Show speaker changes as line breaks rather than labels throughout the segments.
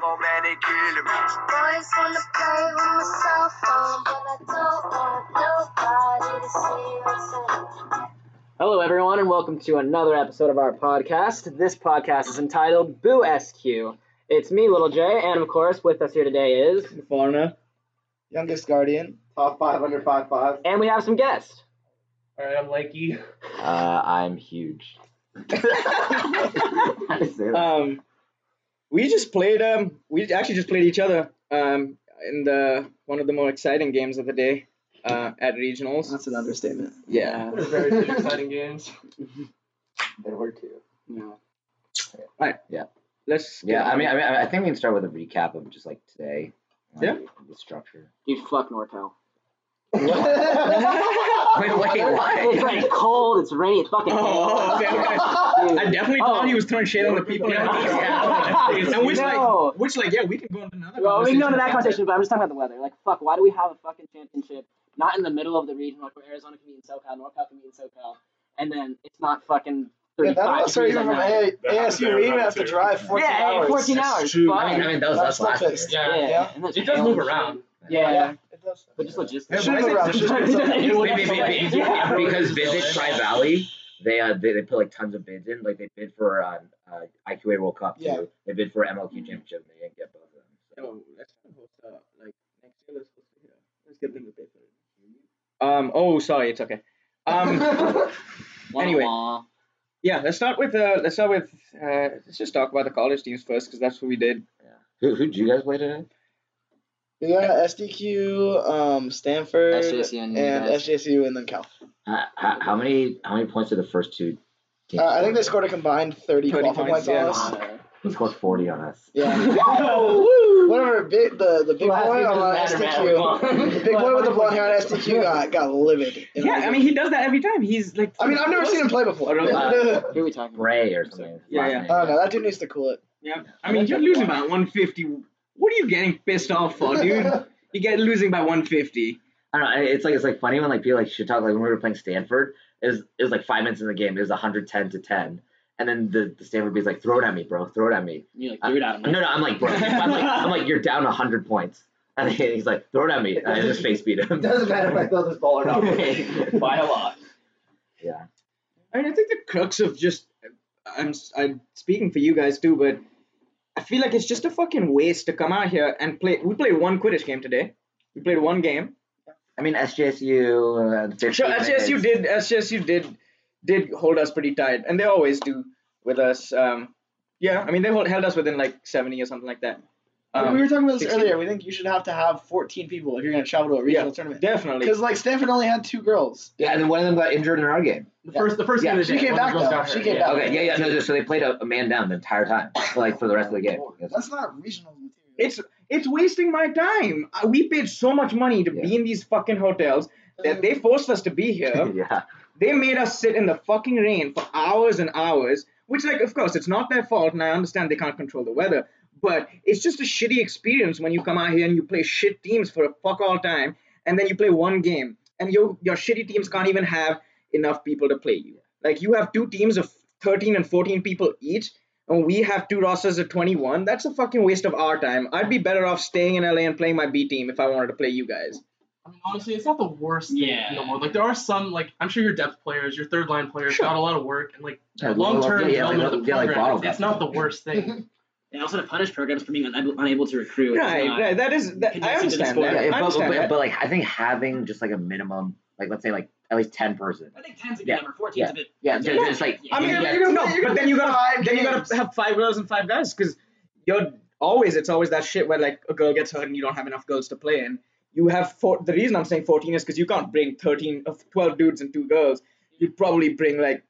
gon' man, they killing me.
Boys on the play with my cell phone, but I don't want nobody to see what's in it.
Hello, everyone, and welcome to another episode of our podcast. This podcast is entitled Boo SQ. It's me, Little J, and of course, with us here today is,
Fauna. Youngest Guardian. Top five under five five.
and we have some guests.
All right, I'm Lakey.
Uh, I'm huge. How to say that?
Um, we just played. Um, we actually just played each other. Um, in the one of the more exciting games of the day. Uh, at regionals.
That's an understatement.
yeah.
Very few exciting games.
There were two.
No.
Yeah.
Alright.
Yeah.
Let's.
yeah, I mean, I mean, I think we can start with a recap of just like today. like,
Yeah.
The structure.
You fuck NorCal.
Wait, wait,
It's like cold, it's rainy, it's fucking
Oh, okay, okay.
Dude.
I definitely thought he was throwing shade on the people. in
Yeah.
the and which like,
No.
which like, yeah, we can go into another.
Well, we can go into
about
that conversation, but I'm just talking about the weather. Like, fuck, why do we have a fucking championship not in the middle of the regional where Arizona can be in SoCal, NorCal can be in SoCal, and then it's not fucking
Yeah,
35
that was
degrees
even
at
from
night.
A-
That
ASU.
happened
We even
around
have to
too.
drive 14
yeah,
hours.
14
That's
hours.
true.
fuck.
I mean, I mean, that was
That's
us
not
last year.
fixed.
Yeah.
yeah. and that's
It does move
terrible.
around.
Yeah.
Yeah, it does.
But just
Yeah,
logistics.
Should move around. Should move around.
It would
Wait,
be
wait, wait,
fine.
wait.
Yeah.
Because Visit Tri Valley, they, uh, they they put like tons of bids in. Like they bid for uh, uh, IQA World Cup too.
Yeah.
They bid for MLQ Championship. and They didn't get both of them. So.
Um. Oh, sorry, it's okay. Um. Anyway.
Wah,
yeah, let's start with uh. Let's start with uh. Let's just talk about the college teams first, because that's what we did.
Who who did you guys play today?
We got SDQ, um, Stanford,
wah. SJC and you
and
guys.
SJCU, and then Cal.
Uh, how, how many how many points did the first two? teams
Uh, I
score?
think they scored a combined
30
30 qualifying points
points,
on
yeah.
us.
They scored forty on us.
Yeah. Whatever, big, the, the big boy
Last week
on
doesn't matter,
uh,
man. We
SDQ.
won.
The big boy with the blonde hair on SDQ got, got livid. in
Yeah,
our
I
game.
mean, he does that every time. He's like.
I mean, I've never seen him play before.
Uh,
I
Who are we talking about?
Bray or something.
Yeah,
Last
yeah.
name.
don't know. That dude needs to cool it.
Yeah. I mean, you're losing by 150. What are you getting pissed off for, dude? You get losing by 150.
I don't know. It's like it's like funny when like people like shit talk. Like when we were playing Stanford, it was it was like five minutes in the game. It was 110 to 10, and then the, the Stanford beat's like, "Throw it at me, bro. Throw it at me."
You like threw it at him.
No, no, I'm like, bro. I'm like, I'm like, you're down 100 points, and he's like, "Throw it at me." And I just face beat him.
doesn't matter if I throw this ball or
not.
By a lot.
yeah.
I mean, I think the crux of just I'm I'm speaking for you guys too, but I feel like it's just a fucking waste to come out here and play. We played one Quidditch game today. We played one game.
I mean, SJSU. Uh, 15
Sure, SJSU
minutes.
did. SJSU did did hold us pretty tight, and they always do with us. Um, yeah, I mean, they hold, held us within like seventy or something like that.
we
Um,
were talking about this
16.
earlier. We think you should have to have 14 people if you're going to travel to a regional tournament.
definitely.
Because, like, Stanford only had two girls.
Yeah, and then one of them got injured in our game.
The first, the first
Yeah,
game of the
she
day,
came
one of
back,
the girls
though.
got
She
hurt.
came
yeah.
back.
Okay, yeah, yeah, no, so they played a, a man down the entire time, like for the rest of the game.
That's not regional material.
It's it's wasting my time. I- We paid so much money to be in these fucking hotels that they forced us to be here.
yeah.
They made us sit in the fucking rain for hours and hours, which, like, of course, it's not their fault, and I understand they can't control the weather, but it's just a shitty experience when you come out here and you play shit teams for a fuck all time, and then you play one game, and your your shitty teams can't even have enough people to play you. Like, you have two teams of 13 and 14 people each, and we have two rosters of 21. That's a fucking waste of our time. I'd be better off staying in LA and playing my B team if I wanted to play you guys.
I mean, honestly, it's not the worst thing
Yeah.
in the world. Like, there are some, like, I'm sure your depth players, your third line players
Sure.
got a lot of work, and, like,
Yeah,
long
yeah,
term
yeah,
development
like,
of the
yeah, like
program,
bottle
it's, it's not
cap.
the worst thing.
They also have punish programs for being unable, unable to recruit.
Right, right. That is, that, I
Conducive to the
understand
sport.
that.
Yeah,
I
but, but,
understand
but,
that.
but, like I think having just like a minimum, like let's say like at least ten person.
I think 10's a good
Yeah.
number. 14's a bit.
Yeah, ju-
Yeah.
just like
I
I mean,
yeah,
you know, no,
you're
but
gonna
then you
play
gotta
five
then you
games.
gotta have five girls and five guys because you're always it's always that shit where like a girl gets hurt and you don't have enough girls to play and you have four. The reason I'm saying fourteen is because you can't bring thirteen of twelve dudes and two girls. You'd probably bring like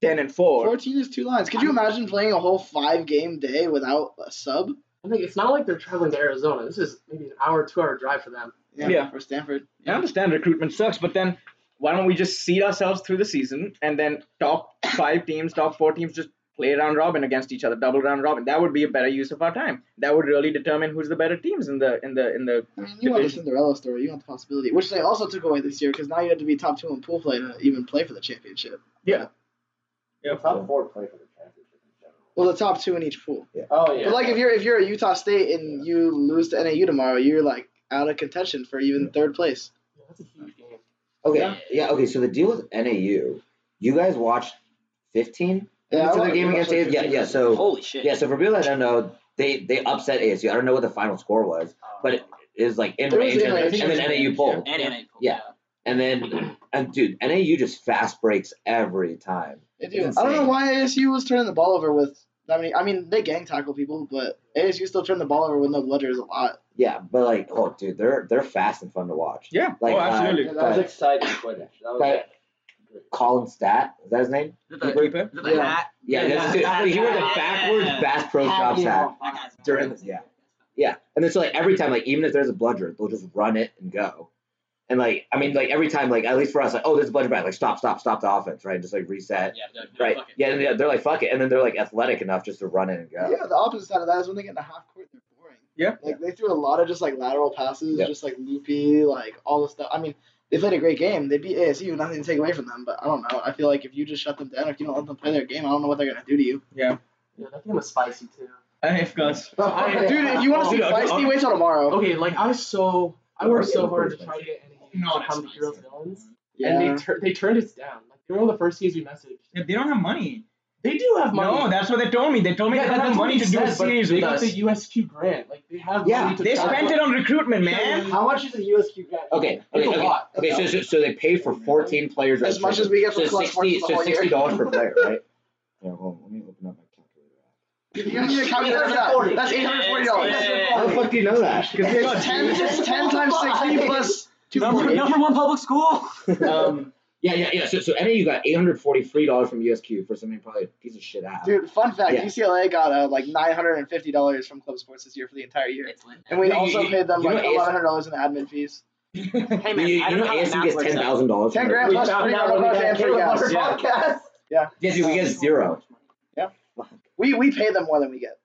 ten and four.
14 is two lines. Could you imagine playing a whole five game day without a sub?
I think it's not like they're traveling to Arizona. This is maybe an hour, two hour drive for them.
Yeah.
For Stanford.
I understand recruitment sucks, but then why don't we just seed ourselves through the season and then top five teams, top four teams just play round robin against each other, double round robin. That would be a better use of our time. That would really determine who's the better teams in the in the in the
I mean, you want the Cinderella story. You want the possibility, which they also took away this year because now you had to be top two in pool play to even play for the championship.
Yeah.
Top four play for the championship in general.
Well, the top two in each pool.
Oh yeah.
But like if you're if you're at Utah State and you lose to NAU tomorrow, you're like out of contention for even third place.
Yeah, that's a huge game.
Okay.
Yeah.
Yeah. Okay. So the deal with NAU, you guys watched 15
Yeah,
minutes
I
of the
wa-
game
we
against
watched
ASU.
like
Yeah.
15
Yeah. So
Holy shit.
yeah. So for people that don't know, they they upset ASU. I don't know what the final score was, but it is like in
It was
range,
in
and,
range.
and then NAU pulled,
And, and I-
Yeah. and then and dude, NAU just fast breaks every time.
They
It's
do. I
insane.
don't know why ASU was turning the ball over with. I mean, I mean they gang tackle people, but ASU still turned the ball over with no bludgers a lot.
Yeah, but like, oh, dude, they're they're fast and fun to watch.
Yeah.
Like,
oh,
uh,
absolutely.
Yeah, that was
But-
exciting footage. That was
but- Colin Stat, is that his name?
Is
Keeper?
it the- is it the
Yeah.
hat?
Yeah,
Yeah,
that's
yeah,
it.
yeah,
Like, he wore the
yeah,
backwards
yeah.
Bass Pro Shops hat
That guy's-
during the yeah, yeah. And then so like every time, like even if there's a bludger, they'll just run it and go. And like I mean, like every time, like at least for us, like oh, there's a bludger back, like stop, stop, stop the offense, right? Just like reset,
Yeah, they're like, no,
right?
fuck it.
Yeah, and yeah, they're like fuck it, and then they're like athletic enough just to run it and
Yeah.
go.
the opposite side of that is when they get in the half court, they're boring.
Yeah.
Like they threw a lot of just like lateral passes,
Yeah.
just like loopy, like all this stuff. I mean, they played a great game. They beat ASU, nothing to take away from them. But I don't know. I feel like if you just shut them down, if you don't let them play their game, I don't know what they're gonna do to you.
Yeah, that game was spicy too.
Uh, of course.
I-
Dude, if you want to see
Dude, I-
feisty, wait till tomorrow.
Okay, like I so I worked so hard to try to get any
No,
to
that's
come to
nice.
Heroes Villains,
Yeah.
and they tur- they turned us down. Like they were one of the first games we messaged.
Yeah, they don't have money.
They do have money.
No, that's what they told me. They told me
Yeah,
they had
that's
the
what
money
they
to do a
said, but
series
They
with
got
us.
the USQ grant. Like they have
Yeah,
money to
They
travel.
spent it on recruitment, man.
How much is a USQ grant?
Okay,
It's
okay,
a
okay.
lot.
Okay, so, so, so they pay for 14 players.
As much
registration.
as we get
so
from Clutch Sports
60,
for the
so
whole year.
$60 per player, right? Yeah, hold on, let me open up my calculator.
You don't need a calculator for that. That's eight hundred forty dollars.
How the fuck do you know that?
'Cause they got-
It's ten. It's ten times sixty plus two
Number-
forty.
Number one public school.
um, yeah, yeah, yeah. So, so NAU got eight hundred forty-three dollars from USQ for something probably a piece of shit app.
Dude, fun fact:
Yeah.
UCLA got uh, like nine hundred and fifty dollars from Club Sports this year for the entire year,
It's lit.
and we
You- you-
also paid them
you
like
know AS
eleven hundred dollars in admin fees.
Hey
you,
man,
you
I don't
know,
know how that
ASU
math
gets
works
ten
out.
thousand dollars.
Ten grand
We
plus
found
free
out
rental
when we
cars
got
and free
Caleb
gas.
Hunter.
Yeah.
podcast.
Yeah, dude, we get zero.
We we pay them more than we get.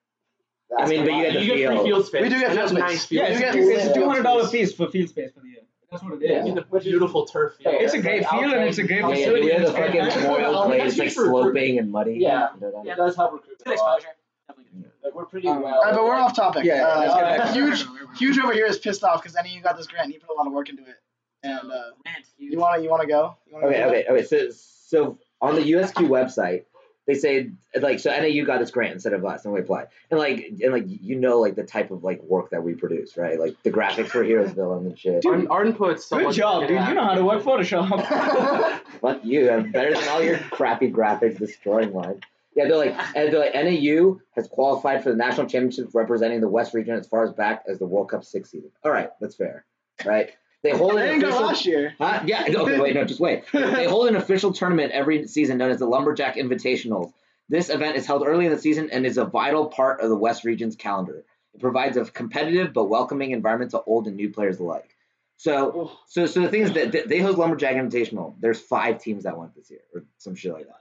I mean, but you had the
You get free
field.
field space.
We do get
and
field
that's nice
space.
Yeah,
field
You
it's,
get
it's,
lit
two hundred dollar
outfits.
fees for field space for the year. That's what it
Yeah.
is.
You get the beautiful turf field.
It's a great field and it's a great
Yeah, yeah,
facility.
dude, we had the
It's
fucking
fantastic.
Memorial
Oh,
Clay.
that's
It's like
huge for recruiting.
sloping and muddy.
Yeah.
Yeah.
It does help recruitment.
Good
a lot.
exposure. Definitely good.
Like, we're pretty
Um,
well.
Uh, but we're off topic.
Yeah, yeah,
Uh,
let's get back
uh,
to
huge huge over here is pissed off because any you got this grant, and he put a lot of work into it, and uh,
Rant, huge.
you wanna you wanna go? You wanna
Okay,
go?
okay, okay. So, so on the USQ website, they say like, so NAU got this grant instead of us, and we applied. And like, and like, you know, like the type of like work that we produce, right? Like the graphics for Heroesville and shit.
Dude,
Arden, Arden puts so
Good
much
job,
work
dude.
in
You
that.
know how to work Photoshop.
Fuck you. I'm better than all your crappy graphics destroying mine. Yeah, they're like, and they're like, NAU has qualified for the national championship representing the West region as far as back as the World Cup six seeding. All right, that's fair, right? They hold
They
an
didn't go
official.
last year.
Huh? Yeah. Okay. Wait. No. Just wait. They hold an official tournament every season known as the Lumberjack Invitational. This event is held early in the season and is a vital part of the West region's calendar. It provides a competitive but welcoming environment to old and new players alike. So, so, so the thing is that th- they host Lumberjack Invitational. There's five teams that went this year, or some shit like that.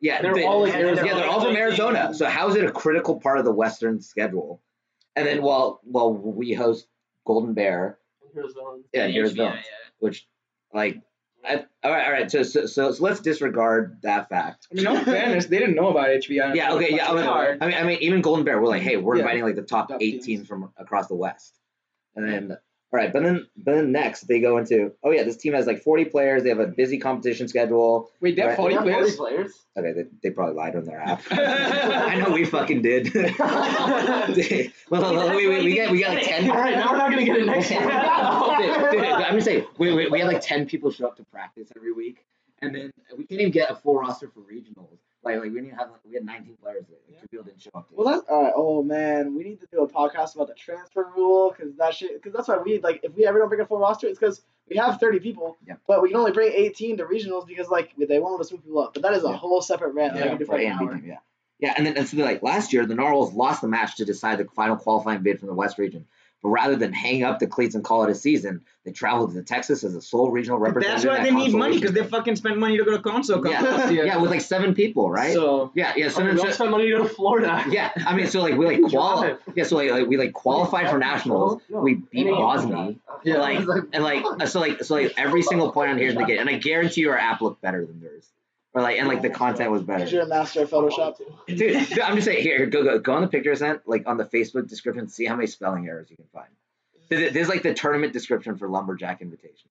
Yeah,
They're all in Arizona.
Yeah, they're all from Arizona. So how is it a critical part of the Western schedule? And then while while we host Golden Bear,
Heroes Villains.
yeah, here's
Yeah,
Bill,
yeah.
which like, I, all right, all right. So, so so so let's disregard that fact.
I mean, in all fairness, they didn't know about HBI.
Yeah, okay, yeah. I mean, I mean, I mean, even Golden Bear, we're like, hey, we're
Yeah.
inviting like the top,
Top
eight
teams.
teams. from across the West, and then all right, but then but then next they go into oh yeah, this team has like forty players. They have a busy competition schedule.
Wait, they're
Right.
forty
Yeah,
players.
players.
Okay, they, they probably lied on their app. I know we fucking did. well, well, we, we, we got we got like ten.
All right, now we're not gonna get it next year.
dude, dude, I'm just saying, we, we, we had like 10 people show up to practice every week, and then we can't even get a full roster for regionals. Like, like we didn't even have, like, we had 19 players that like, two people didn't show up. To.
Well, that's all right. Oh man, we need to do a podcast about the transfer rule because that shit. Because that's why we like if we ever don't bring a full roster, it's because we have thirty people,
Yeah.
but we can only bring eighteen to regionals because like they won't let us move people up. But that is a
Yeah.
whole separate rant that I
Yeah,
can do
for
for an
A&B
hour.
team, yeah. Yeah, and then and so they're like last year, the Narwhals lost the match to decide the final qualifying bid from the West region. But rather than hang up the cleats and call it a season, they traveled to Texas as the sole regional representative.
That's why
at
they need money
consolation
because they
tournament.
fucking spend money to go to console.
Yeah.
conference,
yeah, with like seven people, right?
So
yeah, yeah. So,
Okay, we all
so-
spent money to go to Florida.
yeah, I mean, so like we like quali- yeah, so like, like we like qualified for nationals.
Oh,
We beat Bosnia,
yeah,
like and like so like so like every single point on here is negated, and I guarantee your app looked better than theirs. Or like, and like
Oh,
the content was better.
Because you're a master of Photoshop.
Dude, I'm just saying, here, go, go, go on the picture sent, like on the Facebook description, see how many spelling errors you can find. Th- There's like the tournament description for Lumberjack Invitational.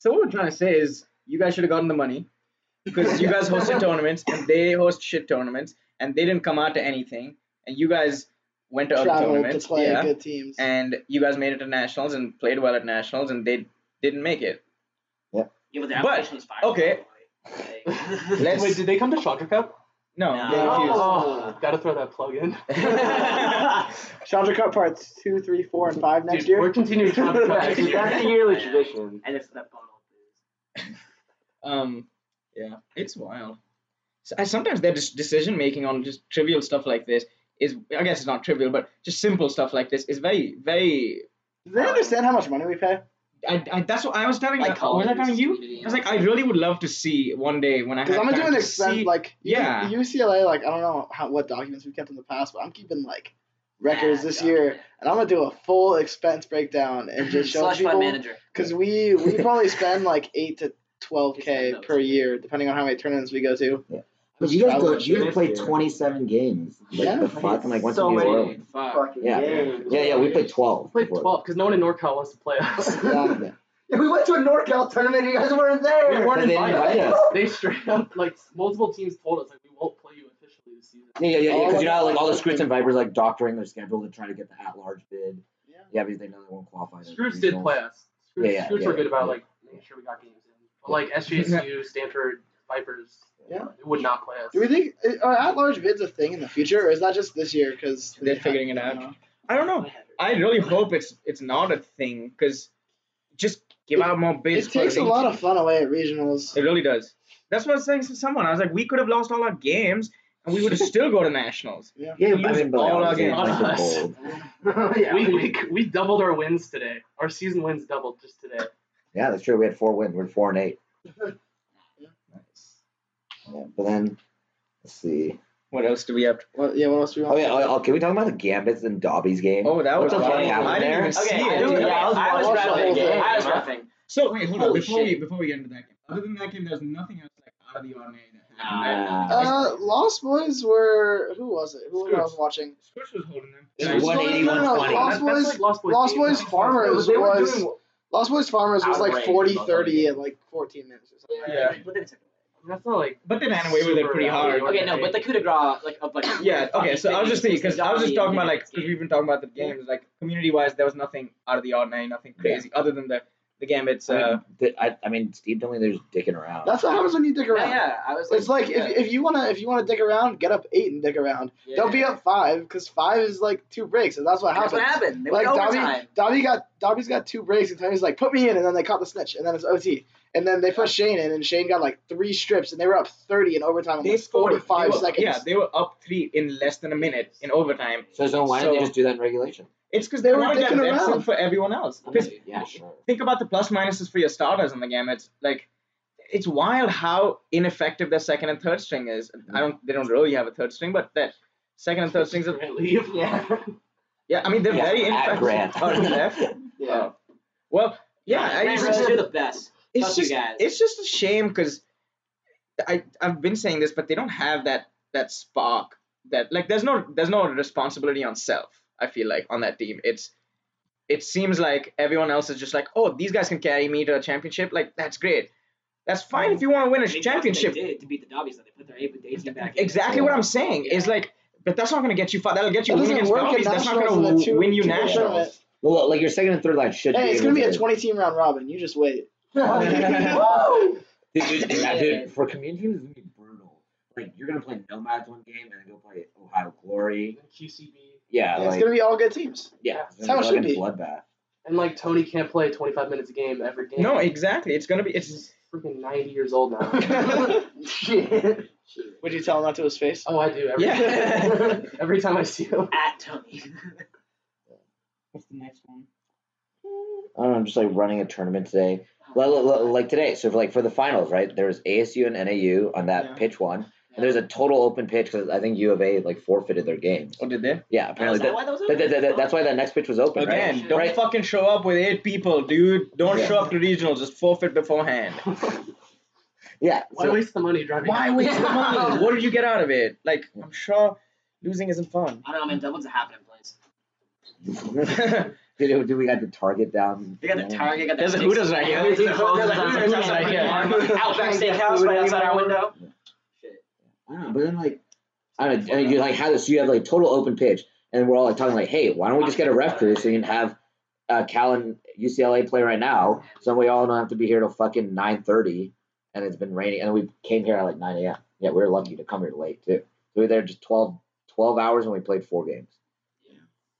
So what we're trying to say is you guys should have gotten the money because you guys hosted tournaments and they host shit tournaments and they didn't come out to anything and you guys went to other
Travel to
tournaments.
play
yeah.
good teams.
And you guys made it to nationals and played well at nationals and they didn't make it.
Yeah, but the
But,
application was fire.
okay. Let's-
Wait, did they come to Chandra Cup?
No,
No.
they refused.
Oh, gotta throw that plug in.
Chandra Cup parts two, three, four, and five next
Dude,
year.
We're continuing Chandra Cup next
Dude,
year.
That's the yearly tradition.
and it's that bottle.
Um, yeah, it's wild. So, I, sometimes their dis- decision making on just trivial stuff like this is, I guess it's not trivial, but just simple stuff like this is very, very.
Do they understand how much money we pay?
I, I that's what I was telling.
Like
was I telling
colleges,
you?
community,
I was like, I really would love to see one day when I
Because
have
I'm gonna do
time
an
to
expense
see-
like you-
yeah.
UCLA. Like I don't know how what documents we've kept in the past, but I'm keeping like records
Yeah,
this
yeah.
year, and I'm gonna do a full expense breakdown and just show
Slash fund
people
manager.
because we we probably spend like eight to twelve k per year, depending on how many tournaments we go to.
But you guys
I
go,
wish
you
this
guys played
year.
27 games. Like
Yeah.
the fuck, and like once
So
in New
many.
Orleans.
Fuck.
Fucking
Yeah.
games.
Yeah, yeah, we played 12.
Played
before.
twelve because no one in NorCal wants to play us.
Yeah.
Yeah, we went to a NorCal tournament. You guys weren't
we
there.
weren't
They didn't
invited.
invite us.
They straight up like multiple teams told us like we won't play you officially this season.
Yeah, yeah, yeah,
All
because
of
you know, how, like all the
us-
Scroots and Vipers, like doctoring their schedule to try to get the at-large bid.
Yeah.
Yeah, because they know they won't qualify. as
Scroots did
regionals.
play us. Scroots,
Yeah, yeah,
Scroots
yeah,
were good about
yeah.
like making sure we got games in. But like SJSU, Stanford, Vipers,
Yeah.
they would not play us.
Do we think are at large bids a thing in the future, or is that just this year? Because
They're figuring it out. I don't know. I really hope it's it's not a thing because just give out more bids.
It
for
takes a
things.
lot of fun away at regionals.
It really does. That's what I was saying to someone. I was like, we could have lost all our games and we would have still go to nationals.
Yeah,
We
but I
lose
mean, but like,
all our
obviously,
games.
like, they're
Us.
bold.
yeah,
we, we we doubled our wins today. Our season wins doubled just today.
Yeah, that's true. We had four wins. We're four and eight. Yeah, but then let's see.
What else do we have? To...
What, yeah, what else do we
Oh
want?
yeah. Oh, oh, can we talk about the Gambits and Dobby's game?
Oh, that
What
was
the fuck
wild.
happened
I didn't
there?
even see
Okay, I,
it.
dude,
dude.
yeah, I was, I was
watching the
repping.
whole thing.
I was repping.
So wait, hold on.
Holy
Before
shit.
we before we get into that game, other than that game, there's nothing else like out of the ordinary that
Ah.
happened.
Uh, Lost Boys were who was it? Who was I was watching?
Scrooge was holding them.
It's
Nice.
one-
180,
No, no, no,
120.
Lost
That- that's
Boys-
like Lost Boys.
Lost
being
Boys
done.
Farmers
they were
was
doing.
Lost Boys Farmers was like
Outrage,
40
Lost
30 at like 14 minutes or something.
Yeah.
But then it's
That's not like.
But they ran away with it
Super
pretty hard.
out.
Okay, no, but the coup de grace, like, of like.
Yeah, okay, so I was just thinking, because I was just talking about, like, 'cause
It
we've been talking about the games, like, community wise, there was nothing out of the ordinary, nothing crazy, other than the, the Gambits.
I
Uh,
mean, th- I, I mean, Steve told me they're just dicking around.
That's what happens when you dick
Yeah,
around.
yeah, I was like.
It's like
yeah,
if, if you wanna if you wanna dick around, get up eight and dick around.
yeah.
Don't be up five because five is like two breaks and that's what
That's
happens.
what happened. They
Like
went
Dobby,
overtime.
Dobby got Dobby's got two breaks and Tony's like put me in and then they caught the snitch and then it's OT and then they put Shane in and Shane got like three strips and they were up thirty in overtime in
they
like
scored.
forty
they
five
were-
seconds.
Yeah, they were up three in less than a minute in overtime.
so, so why didn't
So-
they just do that in regulation?
It's because they
They were
wanted that
dicking
bench
around.
for everyone else. 'Cause
Yeah, sure.
think about the plus minuses for your starters on the Gambits. Like, it's wild how ineffective their second and third string is. I don't. They don't really have a third string, but that second and third strings are.
Grant leave.
Yeah.
Yeah, I mean they're
Yeah,
very
at
ineffective.
Grant.
Oh, he left?
Yeah.
Oh. Well, yeah, I
Grant
just-
Rose, you're the best.
it's
Fuck you
just
guys.
it's just a shame because I I've been saying this, but they don't have that that spark that like there's no there's no responsibility on self. I feel like on that team, it's it seems like everyone else is just like, oh, these guys can carry me to a championship. Like that's great. That's fine if you want to win a
Um, I mean,
championship.
That's what they did to beat the Dobbies. That they put their A A team back in.
Exactly what I'm saying is like, but that's not going to get you far. That'll get you
That
win
doesn't
against
work at
Dobbies. That's not going
nationals in a
to
two-
win you
two-man
nationals.
tournament.
Well, like your second and third line should be.
Hey, it's
able
gonna be
to-
a 20 team round robin. You just wait.
Woo!
Dude, dude, dude,
Yeah.
dude, for community teams, it's gonna be brutal. Like you're gonna play Nomads one game and then go play Ohio Glory.
QCB.
Yeah,
Yeah,
like
it's gonna be all good teams.
yeah,
That's how it should be.
Bloodbath.
And like Tony can't play 25 minutes a game every game.
No, exactly. It's going to be it's
He's freaking 90 years old now.
Shit.
Would you tell him that to his face?
oh, I do. Every,
Yeah.
every time I see him.
At Tony.
What's the next one?
I don't know. I'm just like running a tournament today, like, like- like today. So for like for the finals, right? There was ASU and NAU on that
Yeah.
pitch one, and there's a total open pitch because I think U of A like forfeited their games.
Oh, did they?
Yeah,
Is
apparently
that
that,
why that was
that, that, that- that's why that next pitch was open.
Again,
right?
don't
right?
fucking show up with eight people, dude. Don't
Yeah.
show up to regional. Just forfeit beforehand.
Yeah.
Why
so-
waste the money driving?
Why
up?
waste the money? What did you get out of it? Like, I'm sure losing isn't fun.
I don't know, man. Dublin's a happening place.
There's
Did, do we got the target down?
They got the target, got the
a
steaks.
Hooters right here.
Everything
There's a
closes
Hooters
on September
right here.
Outback Steakhouse right outside our window.
I don't know, but then like I don't know, and you like had this, so you have like total open pitch, and we're all like talking like, hey, why don't we just get a ref crew so you can have uh, Cal and UCLA play right now, so we all don't have to be here till fucking nine thirty, and it's been raining, and we came here at like nine a.m. Yeah, we were lucky to come here late too. We were there just 12, 12 hours, and we played four games.
Yeah.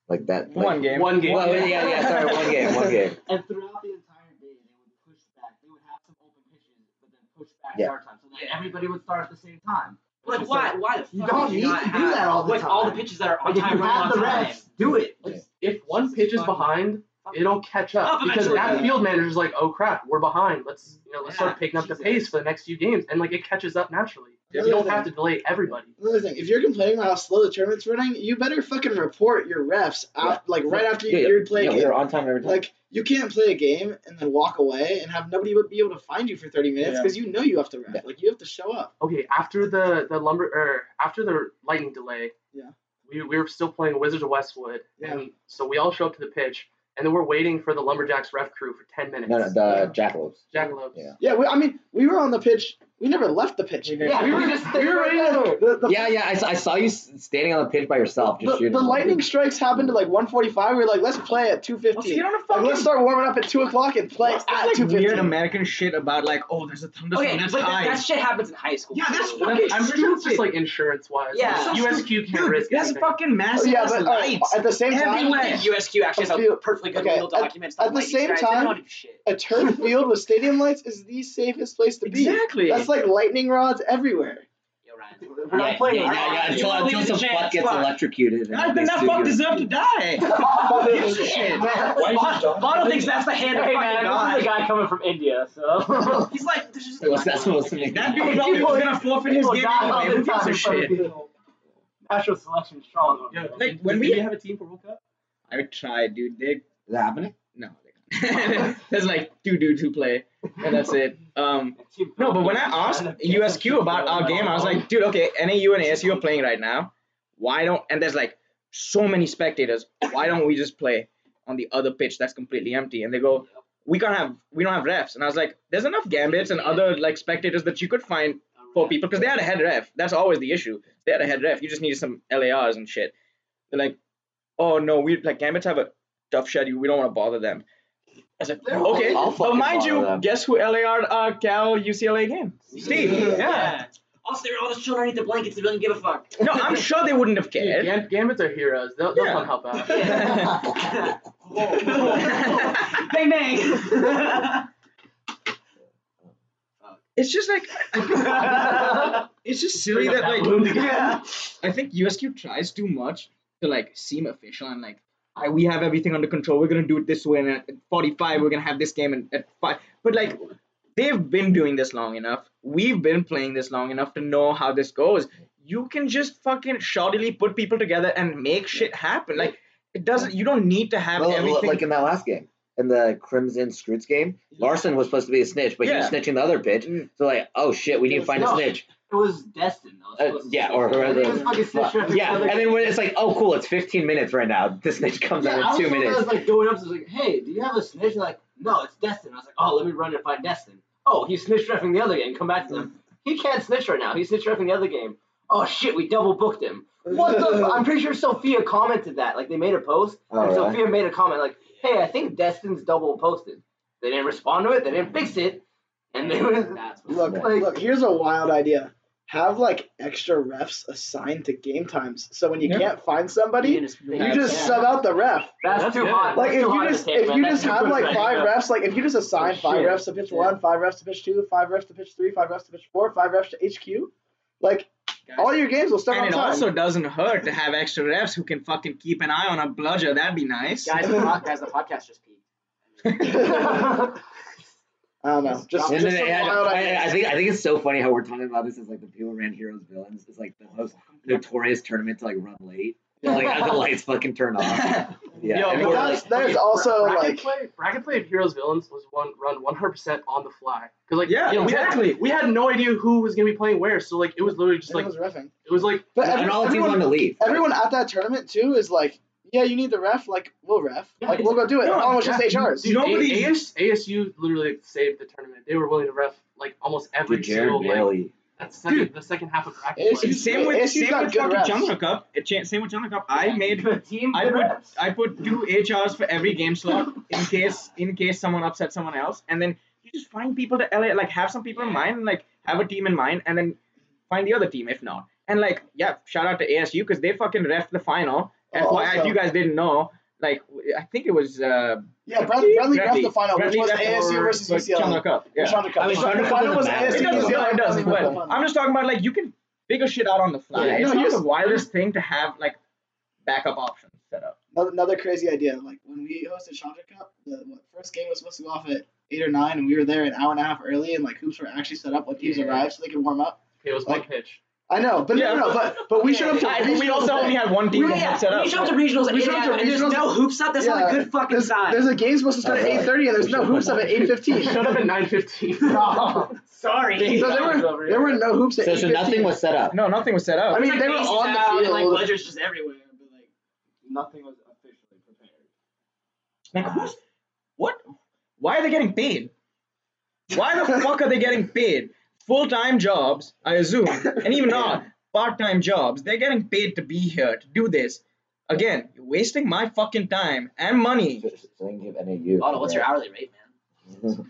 Like that. like-
One game.
One game.
Well, yeah, yeah. Sorry, one game, one game.
And throughout the entire day, they would push back. They would have some open pitches, but then push back
Yeah.
start time. So then everybody would start at the same time.
Like, why? Why the fuck
You
would
don't
you
need
not
to do
have,
that all the
like, all the
time.
pitches that are on
Like, if
time
you
right
have
on
the
time.
refs, do it.
If one pitch is behind, it'll catch up
Up
because
eventually.
that field manager's like, "Oh crap, we're behind. Let's you know, let's
Yeah,
start picking up the
Jesus.
pace for the next few games." And like it catches up naturally.
Yeah.
You don't have to delay everybody.
Another thing, if you're complaining about how slow the tournament's running, you better fucking report your refs out, like right after you,
Yeah,
you play
yeah,
a
we
game.
were on time every time.
Like you can't play a game and then walk away and have nobody would be able to find you for thirty minutes
Yeah.
because you know you have to ref.
Yeah.
Like you have to show up.
Okay, after the the lumber or after the lightning delay,
Yeah.
we we were still playing Wizards of Westwood,
Yeah.
and so we all show up to the pitch, and then we're waiting for the Lumberjacks ref crew for ten minutes.
no, no, the jackalopes.
Jackalopes.
Yeah.
Yeah, we, I mean we were on the pitch. We never left the pitch.
Yeah,
we were
just
we were right there. The, the,
Yeah, yeah. I, saw- I saw you s- standing on the pitch by yourself, just
The,
shooting.
the lightning strikes happened at like 1:45. We were like, let's play at 2:15.
Let's get on a
Like,
fucking-
let's start warming up at two o'clock and play
What's
at
that,
two
like, weird
fifteen.
American shit about like, oh, there's a thunderstorm.
Okay, but
that's
th-
high.
that shit happens in high school.
Yeah, that's
too.
fucking
I'm sure it's
stupid.
just like insurance wise.
Yeah.
So
USQ can't
Dude,
risk
that's
anything.
fucking massive
Oh, yeah,
ass
but alright,
lights.
at the same time,
Everywhere.
I think USQ actually has a
Feel-
perfectly good
okay,
legal
at-
document.
at the same
they
time-
don't do shit.
a turf field with stadium lights is the safest place to be.
Exactly.
That's like lightning rods everywhere.
Yo, Ryan.
We're not
yeah,
playing.
yeah, yeah, yeah, Until,
You
until
leave the
some
chance,
fuck gets
fuck.
electrocuted. and
I think that
they sue
fuck
you.
deserved to die.
shit.
Bottle Bottle thinks that's the hand of
Hey
fucking
man, this is a
God.
guy coming from India, so.
Oh, He's like, there's just
Wait, what's that supposed to mean?
That dude probably was gonna forfeit his game anyway. Who gives a shit?
National selection strong.
Yeah,
Like, when
did
we-
you have a team for World Cup,
I tried, dude. They
Is that happening?
no. They can't. There's like two dudes who play, and that's it. Um, no, but when I asked USQ about our game, I was like, dude, okay, NAU and ASU are playing right now. Why don't? And there's like so many spectators. Why don't we just play on the other pitch that's completely empty? And they go, we can't have, we don't have refs. And I was like, there's enough gambits and other like spectators that you could find for people because they had a head ref. That's always the issue. They had a head ref. You just needed some LARs and shit. They're like, oh no, we like Gambits have a tough schedule. We don't want to bother them. I said,
They're-
okay.
I'll
But
fucking
mind you,
bother them.
guess who LAR'd uh, Cal UCLA game? Steve.
Yeah.
Yeah.
Also, they were all those children underneath the blankets. They really didn't give a fuck.
No, I'm sure they wouldn't have
Dude,
cared.
Gam- Gambits are heroes. They'll, they'll
Yeah.
come help out.
Bang bang.
it's just like it's just silly that like I think USQ tries too much to like seem official and like I, we have everything under control. We're gonna do it this way, and at 45 we're gonna have this game, and at five. But like they've been doing this long enough. We've been playing this long enough to know how this goes. You can just fucking shoddily put people together and make shit happen. Like it doesn't. You don't need to have
Well, well,
everything.
like in that last game, in the Crimson Scroots game, Larson was supposed to be a snitch, but he was
Yeah.
snitching the other pitch.
Mm.
So like, oh shit, we need to find a
No.
snitch.
It was destined.
Uh,
though.
yeah, or
It was
whoever.
fucking snitch after
Yeah,
another-
and then when it's like, oh cool, it's 15 minutes right now. The snitch comes
Yeah, I
out
was
in two
the one that
minutes.
was like going up to us like, hey, do you have a snitch? They're like, no, it's Destin. I was like, oh, let me run and find Destin. Oh, he's snitch refing the other game. Come back to them. He can't snitch right now. He's snitch refing the other game. Oh shit, we double booked him. What the? F- I'm pretty sure Sophia commented that. Like they made a post,
Oh,
and
really?
Sophia made a comment like, hey, I think Destin's double posted. They didn't respond to it. They didn't fix it, and they were.
That's what
Look,
Yeah.
look, here's a wild idea. Have like extra refs assigned to game times. So when you
Yeah.
can't find somebody, you
Yeah.
just sub out the ref.
That's,
That's
too
good.
hot.
Like
That's
if
too
you
hot of a
just
take,
if
man.
you
That's
just
too
have
good
like
right
five
there.
refs, like if you just assign
Oh,
five
shit.
refs to pitch one, five refs to pitch two, five refs to pitch three, five refs to pitch four, five refs to HQ, like all your games will start
and
on
it
time.
also doesn't hurt to have extra refs who can fucking keep an eye on a bludger. That'd be nice.
Guys, the pod- guys, the podcast just peaked.
I don't know. Just,
And
just
then-
some
and
wild
I, I
ideas.
think I think it's so funny how we're talking about this as like the people who ran Heroes Villains is like the most notorious tournament to like run late. Like the lights fucking turn off. Yeah.
Yo,
and
but
we're
that's-
like-
there's
Okay,
also,
bracket
like-
play, bracket play at Heroes Villains was one run 100 percent on the fly because like
Yeah,
we had-
exactly.
we had no idea who was gonna be playing where, so like it was literally just like
Everyone was reffing.
it was like
But
and
every-
all the teams
everyone,
wanted to leave.
everyone at that tournament too is like, yeah, you need the ref. Like, we'll ref.
Yeah,
like, we'll go do it.
no,
No, oh, it's just
yeah,
HRs.
dude,
Nobody-
A- AS, ASU literally like, saved the tournament. They were willing to ref like almost every
Dude,
single
Jared
like
Bailey.
that second,
Dude.
the second half of bracket
ASU
play.
It's-
same with
ASU's
same
got
with
good
fucking
refs.
Jungle Cup. It cha- Same with Jungle Cup. I made
team
I
good
would-
reps.
I put two HRs for every game slot in case in case someone upsets someone else, and then you just find people to LA, like have some people in mind, like have a team in mind, and then find the other team if not. And like, yeah, shout out to ASU because they fucking ref the final.
Oh,
FYI, if
also-
you guys didn't know, like I think it was uh,
Yeah, Bradley, Bradley,
Bradley-
reffed the final,
Bradley
which was
reffed
ASU
for-
versus
for Jungle
UCLA.
Cup. Yeah.
Which round it
I mean,
comes
Sean
from? the final
doesn't
was
matter.
ASU
It
It
doesn't,
doesn't
UCLA.
it doesn't, but I'm just talking about like you can figure shit out on the fly.
Yeah,
it's
no,
not
here's-
the wildest thing to have like backup options set up.
Another, another crazy idea. Like when we hosted Chandra Cup, the what, first game was supposed to go off at eight or nine, and we were there an hour and a half early, and like hoops were actually set up when teams
Yeah.
arrived so they could warm up.
It was one pitch.
I know, but
Yeah,
no, no, no, but but we showed up to.
I- we also
showed up to-
only had one team
yeah,
set up.
we showed up to regionals at
We
8
showed up to
a.m. and there's
regionals-
no hoops up. That's not
Yeah,
a good fucking
there's,
sign.
there's a game supposed to start at
Oh, really?
eight thirty, and there's
We
no
should've
hoops
won
up at
that.
eight fifteen.
Shut up at 9:15.
Sorry.
So there were there were no hoops at
So,
eight
so
fifteen.
nothing was set up.
No, nothing was set up.
I mean,
It's like
they were
bases
on the
out and,
field.
like ledgers just everywhere, but like nothing was officially prepared.
Like, who's, what? Why are they getting paid? Why the fuck are they getting paid? Full time jobs, I assume, and even not part time jobs. They're getting paid to be here to do this. Again, you're wasting my fucking time and money.
So, so they can give NAU.
Otto, what's your hourly rate, man?
Mm-hmm.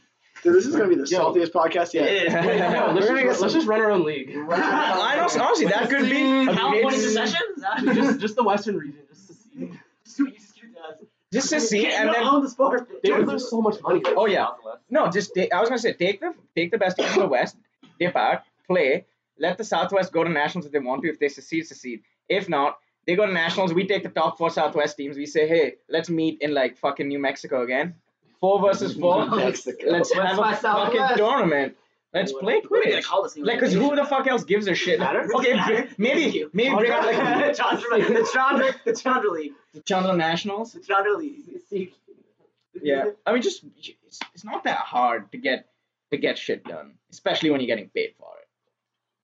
Dude, this is gonna be the
Yo.
saltiest podcast yet.
It is.
Wait, no, let's,
We're
just,
gonna get
let's
some-
just run our own league.
I know, honestly, that could be. a
Count
great-
points a session? Is that-
just, just the Western region, just to see.
Just do what you do, guys.
Just to see,
You can't
and then
own the sport.
They would lose so much money.
Oh yeah. No, just take, I was gonna say take the take the best of the West, dip out, play, let the Southwest go to nationals if they want to. If they secede, secede. If not, they go to nationals. We take the top four Southwest teams. We say, hey, let's meet in like fucking New Mexico again. Four versus four. let's let's have
by
a fucking
Southwest.
tournament. Let's play
We're gonna
Quidditch.
call this thing.
Like, cause who the fuck else gives a shit?
Matter?
Okay, br- maybe maybe bring out like
Chandra, Oh the Chandra, the Chandra League,
the Chandler Nationals.
the Chandra League.
Yeah, I mean, just it's, it's not that hard to get to get shit done, especially when you're getting paid for it.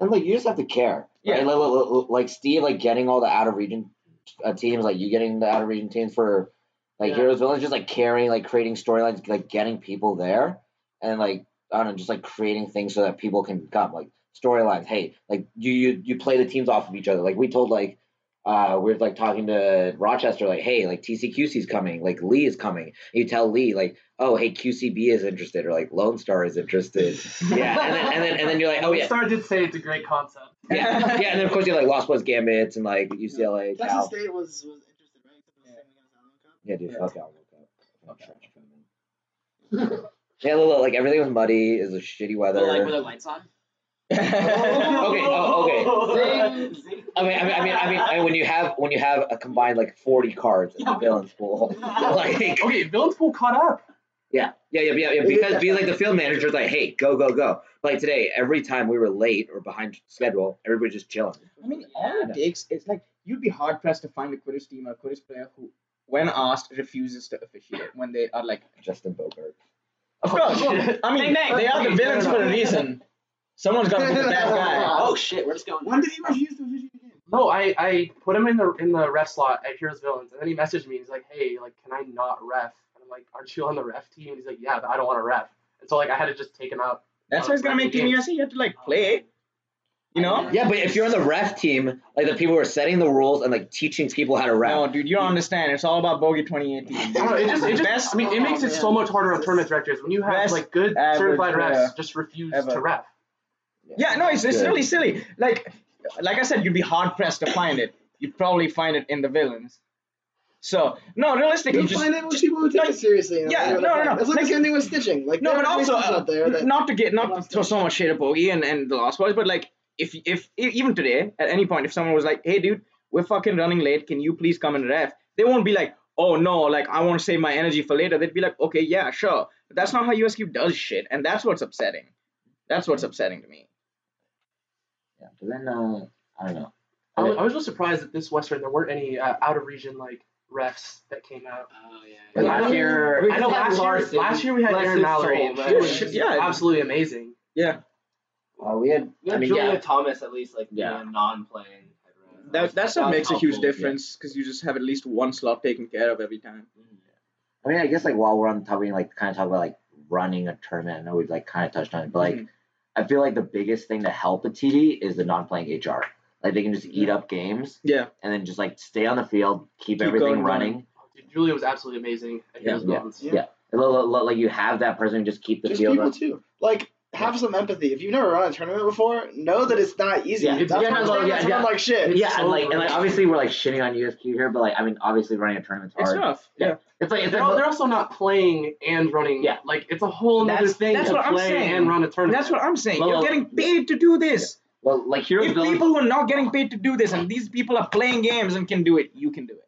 And like you just have to care.
Yeah.
Right? Like, like- like- like Steve, like getting all the out of region uh, teams, like you getting the out of region teams for like
Yeah.
Heroes Village, just like caring, like creating storylines, like getting people there, and like I don't know, just like creating things so that people can come. Like storylines. Hey, like you you you play the teams off of each other. Like we told like. Uh, we're like talking to Rochester, like, hey, like TCQC's coming, like Lee is coming. You tell Lee, like, oh, hey, QCB is interested, or like Lone Star is interested. yeah, and then, and then and then you're like, oh yeah,
Star did say it's a great concept.
yeah, yeah, and then of course you have like Lost Boys Gambits and like UCLA.
Texas
Cal.
State was was interested, right? Except for the same weekend as Allen Cup.
Yeah, dude, fuck Cal. fuck Cal. Yeah, look, like everything was muddy. It was shitty weather.
But like, were there lights on?
okay, oh,
okay.
I mean, I mean, I mean, I mean, I mean, when you have when you have a combined like forty cards in the villains pool, like
Okay, Villains Pool caught up.
yeah, yeah, yeah, yeah, yeah, because be like the field manager's like, hey, go, go, go. But like today, every time we were late or behind schedule, everybody's just chilling.
I mean, all it takes is like you'd be hard pressed to find a Quidditch team or a Quidditch player who, when asked, refuses to officiate when they are like.
Justin Bogart.
Of course, I mean, they are the villains for a reason. Someone's got to be the bad guy.
Oh shit, we're just going.
When did he refuse to officiate the game?
No, I, I put him in the in the ref slot at Heroes Villains, and then he messaged me. He's like, "Hey, like, can I not ref?" And I'm like, "Aren't you on the ref team?" He's like, "Yeah, but I don't want to ref." And so like, I had to just take him out.
That's why it's gonna make Team USA. You have to like play. You know?
Yeah, but if you're on the ref team, like the people who are setting the rules and like teaching people how to ref.
No, Oh, dude, you don't understand. It's all about Bogey 2018.
I don't know, it just, it just
Best-
I mean, it makes it so much harder on tournament directors when you have
Best
like good
average
certified
player
refs just refuse
ever.
to ref.
Yeah, no, it's, it's
Good.
really silly. Like, like I said, you'd be hard pressed to find it. You'd probably find it in the villains. So no, realistically,
You
just
find it with people who take
like-
it seriously. and
yeah,
they're
no, no,
like,
no.
It's like the
Like-
same thing with stitching. Like
No,
there
but
are
also,
places
uh,
out there that
not to get not to
Lost
throw
Boys.
so much shade at Bogey and, and the Lost Boys, but like if if e- even today at any point if someone was like, hey dude, we're fucking running late, can you please come and ref? They won't be like, oh no, like I want to save my energy for later. They'd be like, okay, yeah, sure. But that's not how USQ does shit, and that's what's upsetting. That's what's upsetting to me.
Yeah, but then uh, I don't know.
I was, I was just surprised that this Western there weren't any uh, out of region like refs that came out.
Oh yeah.
And
Yeah.
last year,
We
I know
had
last year,
Larson.
last year we had
Bless
Aaron
his
Mallory.
soul,
and
man.
she was
Yeah.
absolutely amazing.
Uh, we had.
We
I
had
mean,
Julia
yeah.
Thomas at least like
Yeah.
being a non-playing.
That, that's what
was
makes a huge
helpful.
difference because you just have at least one slot taken care of every time.
I mean, I guess like while we're on the topic, like kind of talk about like running a tournament. I know we've like kind of touched on it, but
Mm-hmm.
like I feel like the biggest thing to help a TD is the non-playing HR. Like they can just eat up games.
Yeah.
And then just like stay on the field, keep,
Keep
everything
going, going.
running.
Dude, Julia was absolutely amazing. at
Yeah.
Heroes
Yeah.
Villains.
Yeah.
And lo- lo- lo- Like you have that person just keep the
Just
field.
people
Up.
too. Like have some empathy. If you've never run a tournament before, know that it's not easy.
Yeah.
That's
Yeah,
why
no,
tournaments
yeah,
run
yeah.
like shit.
It's
yeah, and
so
like and like
great.
obviously we're like shitting on USQ here, but like I mean obviously running a tournament's
It's
hard.
rough.
Yeah. It's like it's
They're,
like,
they're also not playing and running.
Yeah.
Like it's a whole nother
That's-
thing
that's
to
what I'm
play
saying.
and run a
And
tournament.
that's what I'm saying.
Well,
You're getting paid to do this.
well, like heroes
If
villains-
people who are not getting paid to do this and these people are playing games and can do it, you can do it.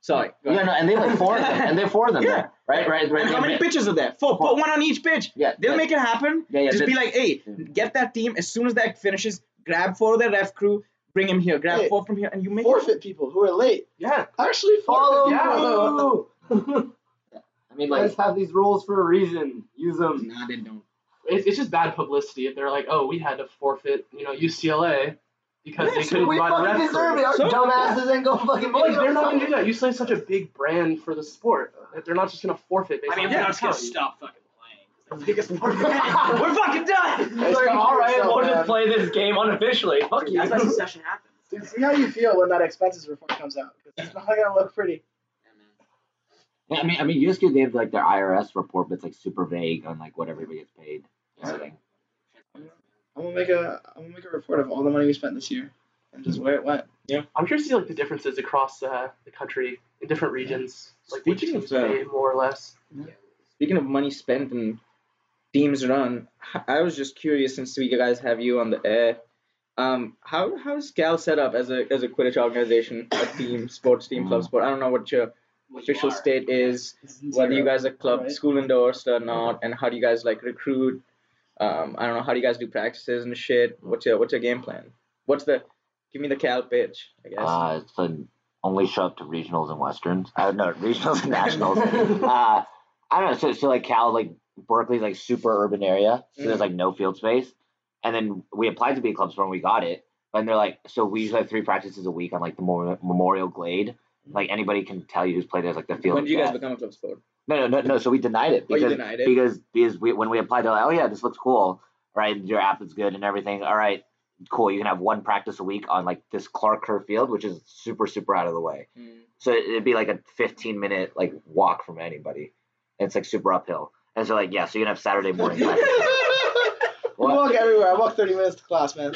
Sorry. go
Yeah,
ahead.
no, and they have like four of them, and they are four of them.
Yeah.
there. Right, right, right.
And how
right,
many
right.
pitches are there? Four. Put one on each pitch.
Yeah,
They'll
yeah.
make it happen.
Yeah, yeah,
Just
they-
be like, hey, get that team as soon as that finishes. Grab four of their ref crew, bring him here. Grab
Hey,
four from here, and you make it.
Forfeit people who are late.
yeah.
Actually,
Follow
forfeit people.
through.
I
you
mean, like
guys have these rules for a reason. Use them.
Nah, they don't.
It's, it's just bad publicity if they're like, oh, we had to forfeit, you know, UCLA because
Yeah,
they
so
couldn't
we
provide a
fucking
ref.
deserve
crew.
it. Our
So-
dumbasses ain't gonna fucking
But like
make it.
they're not gonna do that. UCLA is such a big brand for the sport. that They're not just gonna forfeit. Based
I mean,
on
we're
how
not just
they
gonna
tell you.
stop fucking playing.
We're fucking done.
Hey,
Like,
speak for
all right,
yourself,
we'll
man.
just play this game unofficially. Fuck you.
That's how the session happens.
Dude, see how you feel when that expenses report comes out. 'cause It's not gonna look pretty.
Yeah, I mean, I mean, you just get they have like their IRS report, but it's like super vague on like what everybody gets paid.
I'm gonna make a I'm gonna make a report of all the money we spent this year and just where it went.
I'm curious to see like the differences across uh, the country in different regions. Like which
Speaking of
teams
that-
pay more or less.
Speaking of money spent and teams run, I was just curious since we guys have you on the air. Um, how how's Cal set up as a as a Quidditch organization, a team, sports team,
Mm.
club sport? I don't know what your
What you
official
are.
state is, whether you guys are club
Right.
school endorsed or not, and how do you guys like recruit? Um, I don't know how do you guys do practices and shit.
Mm.
What's your what's your game plan? What's the give me the Cal pitch? I guess.
Uh, so only show up to regionals and westerns. I don't know regionals and nationals. uh, I don't know. So, so like Cal, like Berkeley's like super urban area, so
Mm.
there's like no field space. And then we applied to be a club sport and we got it. And they're like, so we usually have three practices a week on like the Mor- Memorial Glade. Like anybody can tell you who's played there's like the field.
when did you
of
guys
death.
become a club sport?
No, no, no, no. So we denied it
Oh, you
because
denied it?
because because we, when we applied, they're like, "Oh yeah, this looks cool. All right, your app is good and everything. All right, cool. You can have one practice a week on like this Clark Kerr field, which is super super out of the way.
Hmm.
So it- it'd be like a 15 minute like walk from anybody. And it's like super uphill. And so like yeah, so you can have Saturday morning. practice.
I
What?
walk everywhere. I walk 30 minutes to class, man.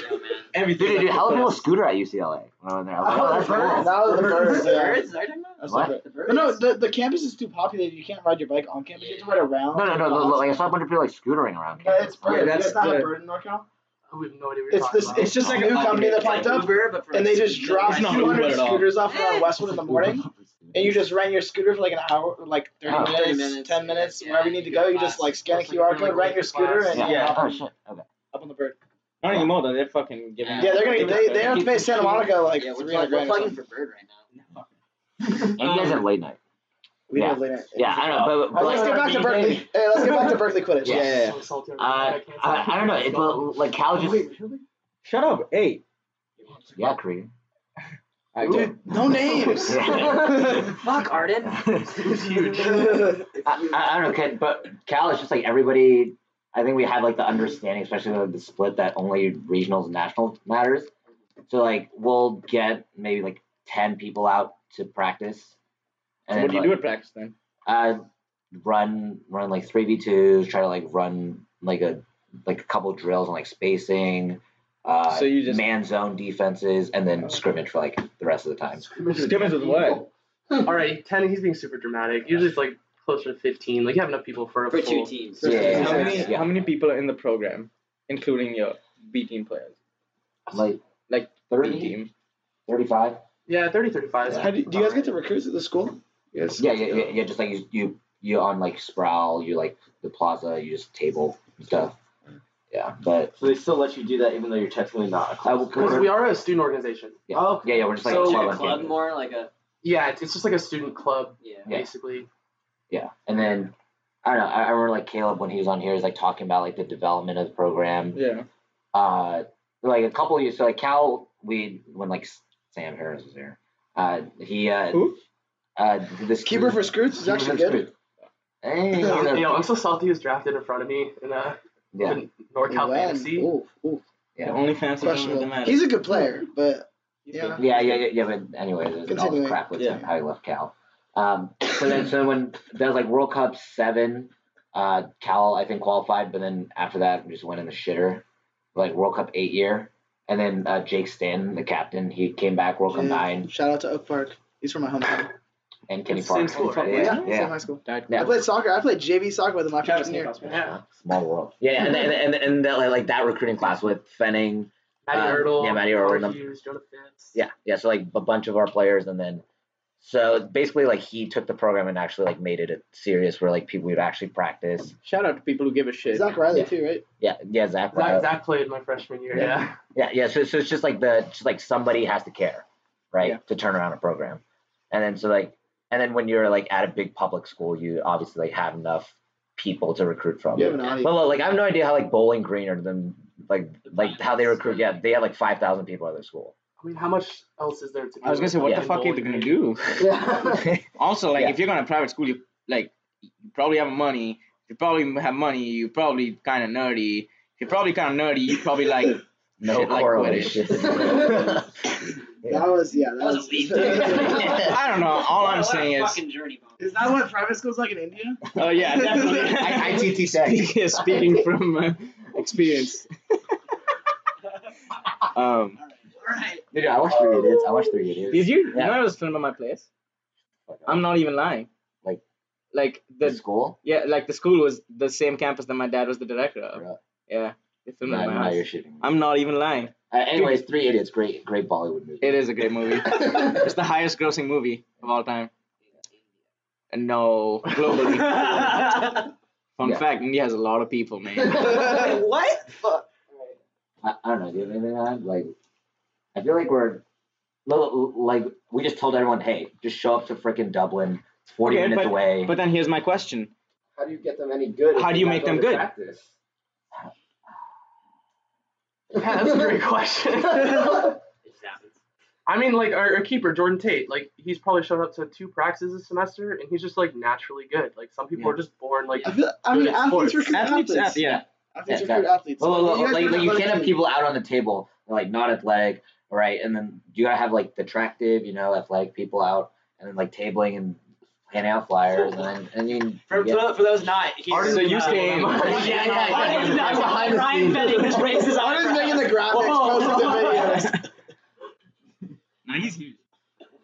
Everything.
Dude, dude, how people scooter at UCLA when I went there? I was like, oh, that's cool.
That was the birds. Yeah.
Birds, are they not?
That's
What?
the birds.
The birds.
But no, the, the campus is too populated. You can't ride your bike on campus. You have to ride around.
No, no, no,
the
no,
bus.
Like I saw a bunch of people like scootering around.
Yeah, it's
campus.
bird.
that's
that's not
the-
a bird in North Carolina.
We have no idea what you're
It's
talking
this.
about.
It's just like a new company that
It's like
popped up,
Uber, but for
and they just dropped
It's not Uber
200
at all.
scooters off around Westwood in the morning, and you just rent your scooter for like an hour, like 30
Oh.
minutes,
30 minutes,
10 minutes,
yeah,
wherever you need to go. You just like scan a QR code, rent your scooter, and
Yeah.
you hop
Oh
on-
shit. Okay.
up on the bird.
Not anymore though. They're fucking giving.
Yeah, they're gonna they they have to pay Santa Monica like
yeah, we're
300
plugging- we're
grand. or
plugging
something.
for bird right now.
And you
Um,
guys have late night.
We
Yeah.
did later.
Yeah, I don't know. But, but
Alright, let's
like,
get back to Berkeley. Hey, let's get back to Berkeley Quidditch.
Yeah.
Yeah.
So salty over there,
uh,
I can't
I,
stop.
I don't know. It's a little- like Cal just
Shut up. Hey.
yeah, Korean.
I
Dude, no names.
I,
Fuck Arden.
It's huge.
I, I don't know, kid, but Cal is just like everybody. I think we had like the understanding, especially with the split, that only regionals and nationals matters. So like we'll get maybe like ten people out to practice, and
So what do you
then,
do at practice then?
like, uh, run run like three v twos, try to like run like a like a couple drills on like spacing, uh,
So you just-
man zone defenses, and then scrimmage for like the rest of the time.
Scrimmage with what?
All right, ten. He's being super dramatic. Usually it's like closer to fifteen. Like you have enough people for a
for two
full.
teams.
Yeah. Yeah.
How many
Yeah.
how many people are in the program, including your B team players?
Like
Like B
30,
team.
35?
Yeah, 30, 35.
How do, do you guys get to recruits at the school?
Yes.
Yeah, yeah, yeah, yeah. Just like you, you, you on like Sproul, you like the Plaza, you just table and stuff. Yeah, but
So they still let you do that even though you're technically not a
I will.
club.
Because we are a student organization.
Yeah.
Oh,
Yeah, yeah, we're just like
so
a
like
club
a
on
club
campus.
more like a
Yeah, it's it's just like a student club,
Yeah.
basically.
Yeah, and then I don't know. I I remember like Caleb when he was on here, he was like talking about like the development of the program.
Yeah.
Uh, like a couple of years, so like Cal, we when like Sam Harris was there, uh, he uh,
Who?
uh, did this
Keeper for Scroots is actually good.
Hey,
Yeah,
Yo,
they're-
yo, I'm so salty he was drafted in front of me in uh,
yeah,
in NorCal
When?
Fantasy.
Ooh, ooh,
Yeah.
The only fancy thing that
questionable.
matters.
He's a good player, but yeah.
yeah, yeah, yeah, yeah. But anyway, there's all this
Continuing.
crap with
Yeah.
him, how he left Cal. Um, so then, so when that was like World Cup seven, uh, Cal I think qualified, but then after that we just went in the shitter. Like World Cup eight year, and then uh, Jake Stanton, the captain, he came back World Cup
Yeah.
nine,
Shout out to Oak Park. He's from my hometown.
and Kenny
It's the same
Parks.
school, right?
Yeah,
Same
yeah.
high school.
Yeah.
I played soccer. I played JV soccer with him my
Travis
freshman year.
Yeah.
Small world. Yeah, and and and, and that, like, like that recruiting class with Fenning,
Matty
Um,
Hurdle,
yeah, Matty
Howard
Hurdle.
Hughes, Jonah Fitz.
Yeah, yeah. So like a bunch of our players, and then so basically like he took the program and actually like made it a serious where like people would actually practice.
Shout out to people who give a shit.
Zach Riley
Yeah.
too, right?
Yeah, yeah, Zach.
Zach,
Brown.
Zach played my freshman year.
Yeah.
Yeah.
Yeah, yeah. So, so it's just like the just like somebody has to care, right,
Yeah.
to turn around a program, and then so like and then when you're like at a big public school, you obviously like have enough people to recruit from.
You have an audience.
Well, like I have no idea how like Bowling Green or them like like how they recruit. Yeah, they had like five thousand people at their school.
I mean, how much else is there to do?
I was gonna say, what
Yeah.
the fuck are they gonna do? Also, like
Yeah.
if you're going to private school, you like you probably have money. You probably have money. You probably kind of nerdy. If you're probably kind of nerdy, you probably like
no
Shit like
correlation. Yeah.
That was yeah. That,
was a
was.
weed
I don't know. All I'm
What a
saying is,
fucking journey, Bob.
is that what private school's like in India?
oh yeah, definitely.
I-
ITT
speaking, speaking from uh, experience. um,
All right.
Dude, I watched Three Idiots. I watched Three Idiots.
did you?
Yeah.
You know it was filmed at my place. I'm not even lying.
Like-
like
the
the
school?
yeah, like the school was the same campus that my dad was the director of.
Really?
Yeah, they filmed
No,
at my
no,
house.
you're shooting. me.
I'm not even lying.
Uh, anyways, Three Idiots, great, great Bollywood movie.
It is a great movie. it's the highest grossing movie of all time. And no, globally. Fun
Yeah.
fact, India has a lot of people, man.
what? Fuck.
I, I don't know. Do you have anything to add? Like, I feel like we're li- like we just told everyone, hey, just show up to frickin' Dublin. It's forty
Okay,
minutes away.
But then here's my question.
How do you get them any good? if
How do
they're
you
not
make
going
them
to
good?
practice?
Yeah, that's a great question.
It just happens.
I mean, like our, our keeper Jordan Tate, like he's probably shown up to two practices this semester, and he's just like naturally good. Like some people
Yeah.
are just born like
I feel. I mean,
Good at
athletes
sports.
recruit athletes.
Athletes, ath- yeah.
Athletes
Yeah,
recruit athletes.
Well, well, well,
guys
like,
are
like you
athletic
can't have
team.
people out on the table like not athletic, right? And then you gotta have like the attractive, you know, athletic people out, and then like tabling and handing out flyers, and then and you can
For,
get-
for, for those not, he's
Arden
So you stay in.
yeah, yeah, yeah.
I'm
Arden-
behind the
Ryan
scenes.
Fettig just raised his
Arden's
eyebrows.
making the graphics,
Whoa.
posting the videos.
No, he's huge.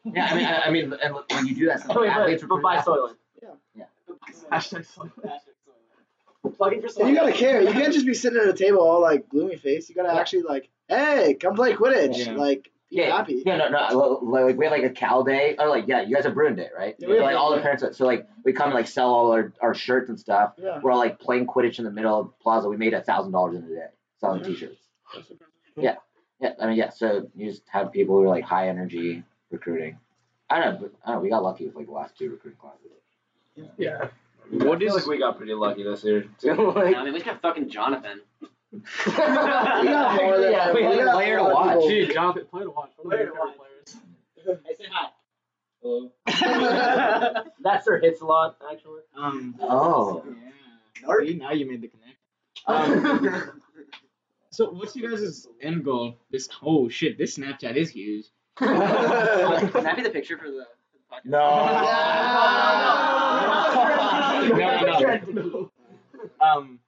Yeah, I mean, I, I mean, and when you do that,
Oh,
stuff,
wait,
athletes
but, but
recruit
by
athletes.
Soylent.
hashtag soy.
Plugging for
And you
Soylent.
gotta care. You can't just be sitting at a table all like gloomy face. You gotta
Yeah.
actually like, hey, come play Quidditch.
Yeah.
Like, be
Yeah,
happy.
yeah, no, no, like, like we had like a Cal day, or like yeah, you guys have Bruin day, right?
Yeah, we have
like all the
Bruin
parents, went- so like we come and like sell all our, our shirts and stuff.
Yeah.
We're all like playing Quidditch in the middle of the plaza. We made a thousand dollars in a day selling T-shirts. Yeah, yeah. I mean, yeah. So you just have people who are like high energy recruiting. I don't know. But, I don't know. We got lucky with like the last two recruiting classes.
Yeah.
What is
we got pretty lucky this year.
I mean, we just got fucking Jonathan.
We got more than
Yeah, we had a
got
player to
more
watch.
people.
Dude, Jonathan, play to watch. One
Play
of my
to
favorite
watch.
players.
Hey, say hi.
Hello.
That's her hits a lot, actually.
um?
Oh,
See, now you made the connect. Um, so what's you guys' end goal? This oh shit, this Snapchat is huge.
Can that be the picture for the, for the podcast?
No, no, no. Um.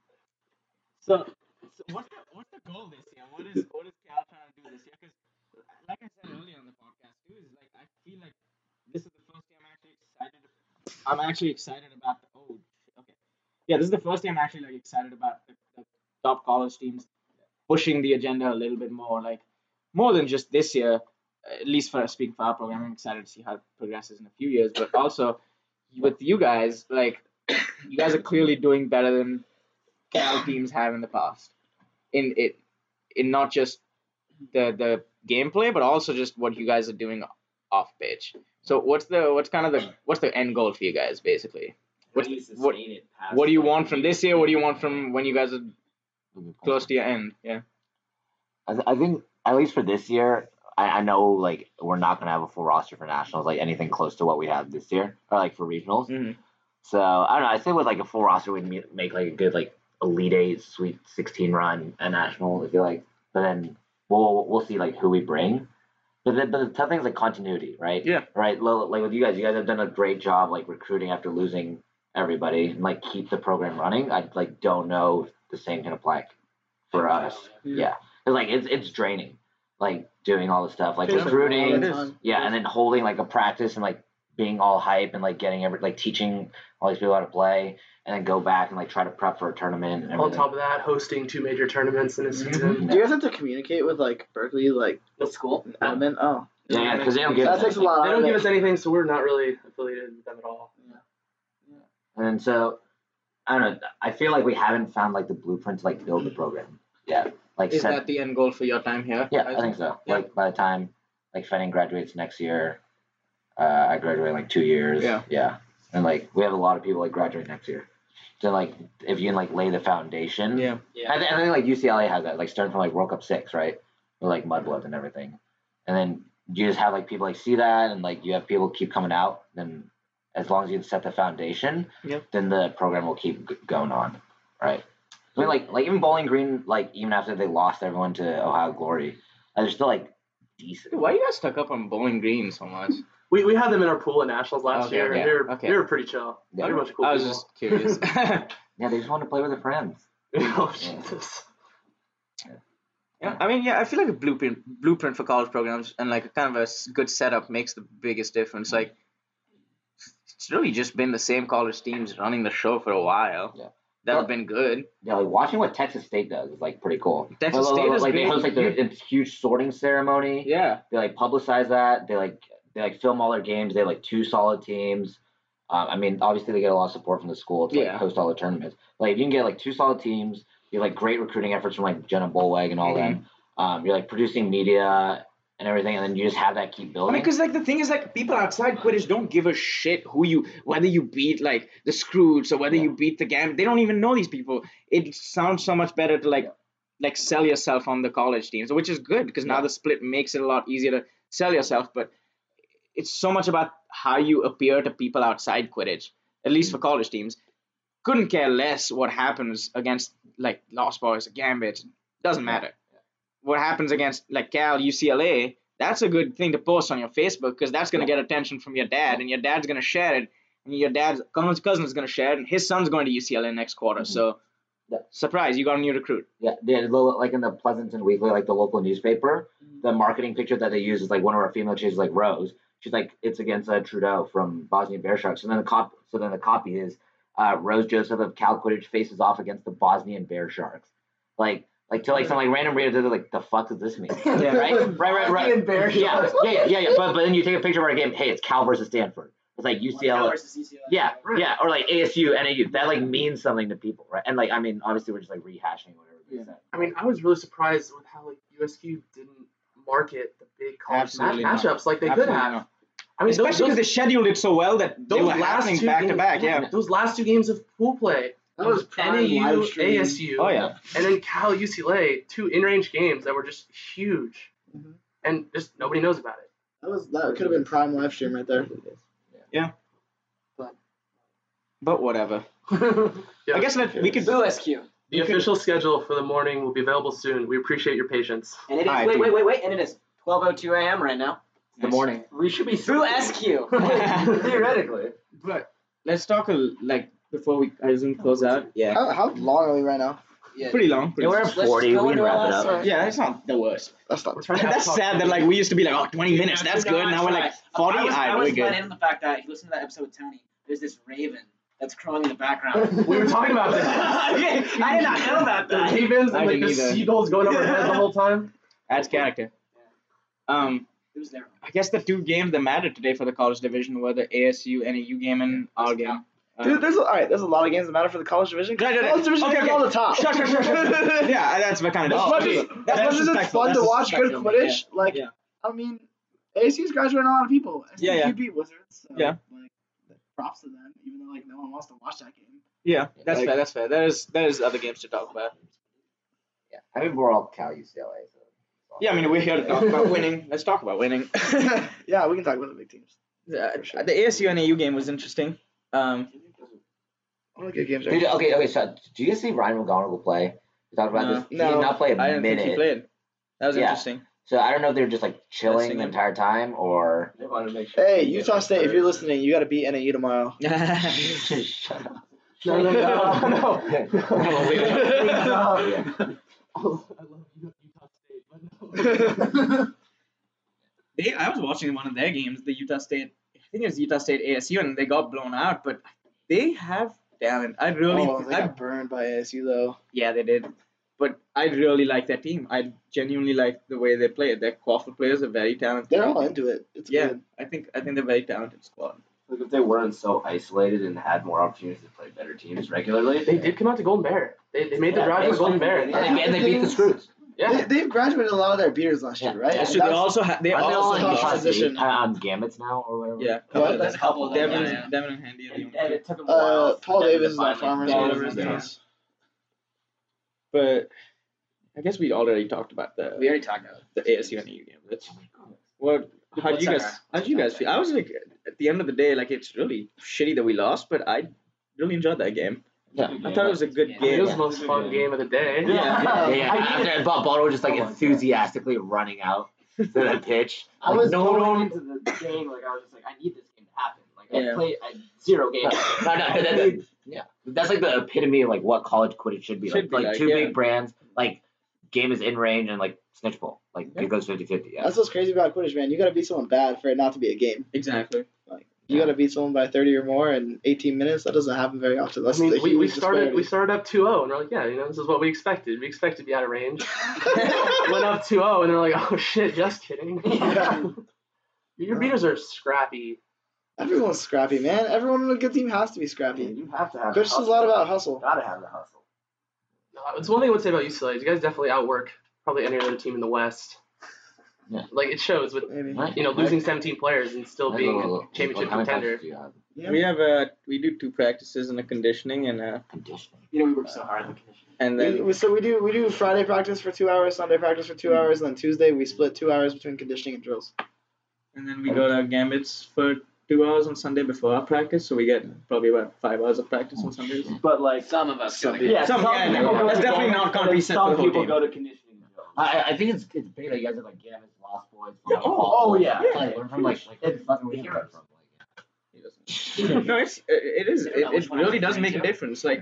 So, so what's the what's the goal this year? What is what is Cal trying to do this year? Because like I said earlier on the podcast too, is like I feel like this is the first time I'm actually excited. I'm actually excited about the oh shit, okay yeah this is the first time I'm actually like excited about the, the top college teams pushing the agenda a little bit more like more than just this year. At least for speaking for our program, I'm excited to see how it progresses in a few years. But also with you guys, like you guys are clearly doing better than Cal teams have in the past. In it, in not just the the gameplay, but also just what you guys are doing off pitch. So what's the what's kind of the what's the end goal for you guys basically? What-
How do you sustain
what-
it past
What do you
the-
want from this year? What do you want from when you guys are close to your end? Yeah.
I, th- I think at least for this year, I, I know like we're not gonna have a full roster for nationals, like anything close to what we have this year, or like for regionals.
Mhm.
So I don't know. I say with like a full roster, we'd me- make like a good like elite eight, sweet sixteen run at national if you like. But then we'll we'll see like who we bring. But then, but the tough thing is like continuity, right?
Yeah.
Right. Lo- Like with you guys, you guys have done a great job like recruiting after losing everybody and like keep the program running. I like don't know if the same can apply for us. Yeah, it's like it's it's draining, like doing all this stuff, like
Takes a lot of
recruiting,
time.
yeah, and then holding like a practice and like being all hype and like getting every like teaching all these people how to play, and then go back and like try to prep for a tournament and
On
everything.
top of that, hosting two major tournaments in a
Mm-hmm.
season.
Do you guys have to communicate with like Berkeley, like
That's cool.
an admin? Oh,
yeah, yeah, because they don't
so
give
that
us
takes a lot.
They
out of
don't give
it.
us anything, so we're not really affiliated with them at all.
And so I don't know. I feel like we haven't found like the blueprint to like build the program. Yeah, like
Is
set.
that the end goal for your time here?
yeah, I think so.
yeah.
Like by the time like Fenning graduates next year, uh, I graduate in like two years.
Yeah.
Yeah, and like we have a lot of people like graduate next year. So like if you can like lay the foundation.
Yeah.
Yeah.
I, th- I think like UCLA has that, like starting from like World Cup six, right? With like mudbloods and everything, and then you just have like people like see that, and like you have people keep coming out. Then as long as you set the foundation,
Yeah.
then the program will keep g- going on, right? I mean, like like even Bowling Green, like even after they lost everyone to Ohio Glory, like, they're still like decent.
Dude, why are you guys stuck up on Bowling Green so much?
We, we had them in our pool at nationals last
Okay,
year.
yeah,
and they were
okay.
they were pretty chill.
Yeah.
Pretty much cool.
I was
people.
just curious. yeah,
Yeah, they just want to play with their friends.
oh Jesus.
I mean, yeah, I feel like a blueprint blueprint for college programs and like a kind of a s- good setup makes the biggest difference. Like, it's really just been the same college teams running the show for a while.
Yeah.
That
But-
have been good.
Yeah, like watching what Texas State does is like pretty cool.
Texas
Like,
State
like,
is
like they
great.
host like their it's huge sorting ceremony.
Yeah.
they like publicize that. They like they like film all their games. They have, like two solid teams. Um, I mean, obviously they get a lot of support from the school to like,
Yeah.
host all the tournaments. Like if you can get like two solid teams, you have like great recruiting efforts from like Jenna Bullweg and all
Mm-hmm.
them. Um, you're like producing media and everything, and then you just have that keep
I
building.
mean, because like the thing is, like people outside Quidditch don't give a shit who you, whether you beat like the Scrooge or whether you beat the Gambit. They don't even know these people. It sounds so much better to like, like sell yourself on the college teams, which is good because now the split makes it a lot easier to sell yourself. But it's so much about how you appear to people outside Quidditch, at least for college teams. Couldn't care less what happens against like Lost Boys or Gambit. Doesn't matter. What happens against like Cal, UCLA, that's a good thing to post on your Facebook because that's going to get attention from your dad, and your dad's going to share it, and your dad's cousin's cousin is going to share it, and his son's going to UCLA next quarter. So,
Yeah.
surprise, you got a new recruit.
Yeah, they had, lo- like in the Pleasanton Weekly, like the local newspaper, the marketing picture that they use is like one of our female cheerleaders, like Rose. She's like, it's against uh, Trudeau from Bosnia Bear Sharks. And then the cop, so then the copy is uh, Rose Joseph of Cal Quidditch faces off against the Bosnian Bear Sharks. Like, like to like some like random reader, they're like, the fuck does this mean?
Yeah,
right, right, right, right.
Bear
Yeah, yeah, yeah, yeah, yeah. But but then you take a picture of our game. Hey, it's Cal versus Stanford. It's like UCLA. Yeah, yeah, or like ASU, NAU. That like means something to people, right? And like, I mean, obviously, we're just like rehashing whatever they said.
I mean, I was really surprised with how like USQ didn't market the big college ma-
Absolutely not.
matchups like they
Absolutely
could have.
not.
I mean,
Especially
those, those,
because they scheduled it so well that they
those
were
last
happening
two
back to
games-
back. Yeah.
those last two games of pool play,
That was prime
NAU,
live stream.
ASU,
Oh yeah.
and then Cal, UCLA, two in-range games that were just huge,
Mm-hmm.
Mhm.
and just nobody knows about it.
That was that could have been prime live stream right there.
But whatever.
Yeah.
I guess let, we could.
Boo SQ.
The official schedule for the morning will be available soon. We appreciate your patience.
And it is,
Hi,
wait,
dude.
wait, wait, wait, and it is 12.02 a.m. right now.
The morning.
We should be
Boo SQ.
Theoretically.
But let's talk a, like before we I didn't close out. Yeah.
Uh, How, how long are we right now?
Pretty long. Pretty
Yeah, we're
long.
at 40. We can wrap it up.
yeah, that's not the worst.
That's not.
We're trying to
That's
talk-
sad that like we used to be like, oh, 20 minutes, that's good. Now we're like 40,
I was, I
alright,
was
we're good.
let in on the fact that if you listen to that episode with Tony, there's this raven that's crowing in the background.
We were talking about that.
Okay, I did not know about
The
that.
ravens
I
and like
didn't
the
either.
seagulls going over our heads the whole time.
Adds character. Um,
It was there.
I guess the two games that mattered today for the college division were the ASU NAU game and our game. Uh,
Dude, there's a, all right. There's a lot of games that matter for the college division.
Right, right, right.
College division
Okay,
is
okay.
all the top.
Sure, sure, sure, sure, sure. yeah, that's my kind of.
As much as, as much as it's fun to watch good Quidditch, like
Yeah.
I mean, ASU's graduating a lot of people. SDSU
Yeah, yeah.
beat Wizards. So,
Yeah.
Like, props to them, even though like no one wants to watch that game.
Yeah, that's
Like-
fair. That's fair. There's there's other games to talk about.
Yeah. I mean, we're all Cal UCLA. So.
Yeah, I mean we're here to talk about winning. Let's talk about winning.
yeah, we can talk about the big teams.
the the ASU and AU game was interesting. Um,
I want to get games.
Dude, okay, okay. So, do you see Ryan McGonagall play? We talked about
No.
this. He
No,
did not play a
I didn't
minute.
think he played. That was
Yeah.
interesting.
So I don't know if they were just like chilling
Resting
the
him.
entire time or.
They wanted to make sure.
Hey, Utah State, if you're listening, you got to beat NAU tomorrow.
Shut up.
No, no,
Oh,
no, no.
Yeah.
I love Utah State, but no.
They, I was watching one of their games, the Utah State. I think it was Utah State ASU, and they got blown out. But they have talent. I really,
oh, they
I,
got burned by ASU though.
yeah, they did. But I really like that team. I genuinely like the way they play. Their Crawford players are very talented.
They're all into it. It's
Yeah.
good.
I think I think they're very talented squad.
Like if they weren't so isolated and had more opportunities to play better teams regularly,
They did come out to Golden Bear. They, they made the
Yeah,
drive
they
to Golden
fucking
Bear.
did, yeah.
And, they, and they beat the Screws.
Yeah.
They, they've graduated a lot of their beaters last year,
Yeah.
right?
That's true.
And
They
that's-
also ha- they
Aren't
Aren't
also
they
they all
all
in
in
the
Utah
opposition?
State? Uh, on Gamets now or whatever?
yeah.
What?
There's a couple of them,
Devin,
yeah.
Devin and Handy are the
And,
only
and it took them a while.
uh,
for
Paul
them to
Davis is on
finally-
Farmers
Yeah,
or whatever his
yeah.
name is.
But I guess we already talked about the
We already talked about it.
the ASU and EU game. E, That's what. How do you guys? How do you guys feel? I was like, at the end of the day, like it's really shitty that we lost, but I really enjoyed that game.
Yeah.
I thought it was a good
Yeah.
It
game.
was the most fun game of the day.
Yeah, yeah, yeah.
I needed-
After- Bob Baldwin was just like
Oh my God.
enthusiastically running out to the pitch.
I was
no,
going
no, no,
into the game, like I was just like, I need this game to happen. Like
Yeah.
I played I, zero games.
no, no, that- that- yeah, that's like the epitome of like what college Quidditch should be.
Should
like,
be like,
like two
yeah.
big brands, like game is in range and like snitch bowl. Like
Yeah.
it goes 50-50. Yeah.
That's what's crazy about Quidditch, man. You got to beat someone bad for it not to be a game.
Exactly.
You got to beat someone by 30 or more in 18 minutes. That doesn't happen very often.
I
That's the
mean, we, we
huge
started we started
disparity.
up 2-0, and we're like, yeah, you know, this is what we expected. We expected to be out of range. Went up 2-0, and they're like, oh shit, just kidding.
Yeah.
Your beaters are scrappy.
Everyone's scrappy, man. Everyone on a good team has to be scrappy.
you have to have. the
Quidditch is a
hustle.
lot about hustle.
Gotta have the hustle.
No, It's one thing I would say about UCLA. is You guys definitely outwork probably any other team in the West.
Yeah.
Like it shows with
Maybe.
you know losing 17 players and still being a championship contender.
Yeah.
We have uh we do two practices and a conditioning and uh
Conditioning.
You know, we work so hard on the condition.
and
We,
then
we, so we do we do Friday practice for two hours, Sunday practice for two hours, and then Tuesday we split two hours between conditioning and drills.
and then we go to our gambits for two hours on Sunday before our practice, so we get probably about five hours of practice on Sundays.
But like,
Some of us.
Some
gotta be-
yeah,
Some-
some,
yeah,
people
yeah.
go
That's
to
definitely
games,
not gonna
and
be set
Some
for the whole
people
game.
go to conditioning. drills.
I, I- I think it's it's big that you guys have like Gavin's Lost Boys.
Yeah, oh,
oh, yeah.
It's Like, learn from like like
It's-
fucking where you learn from.
no, it's it is it, it really does make a difference. Like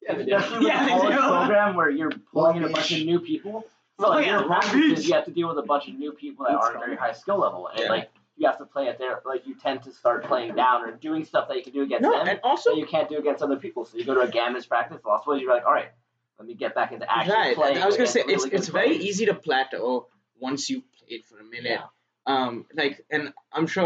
Yeah, but definitely yeah,
Yeah, they
a college
do.
program where you're pulling in a bunch of new people. So
Oh,
like
Yeah,
your practices, you have to deal with a bunch of new people that
That's
aren't very high skill level, and
Yeah.
like you have to play at their like you tend to start playing down or doing stuff that you can do against
no,
them
and
that
also
you can't do against other people. So you go to a Gamma's practice, Lost Boys, you're like, all right, let me get back into action
right.
playing.
I was gonna
against
say
really
it's
good
it's very
players.
easy to plateau once you played for a minute.
Yeah.
Um, like, and I'm sure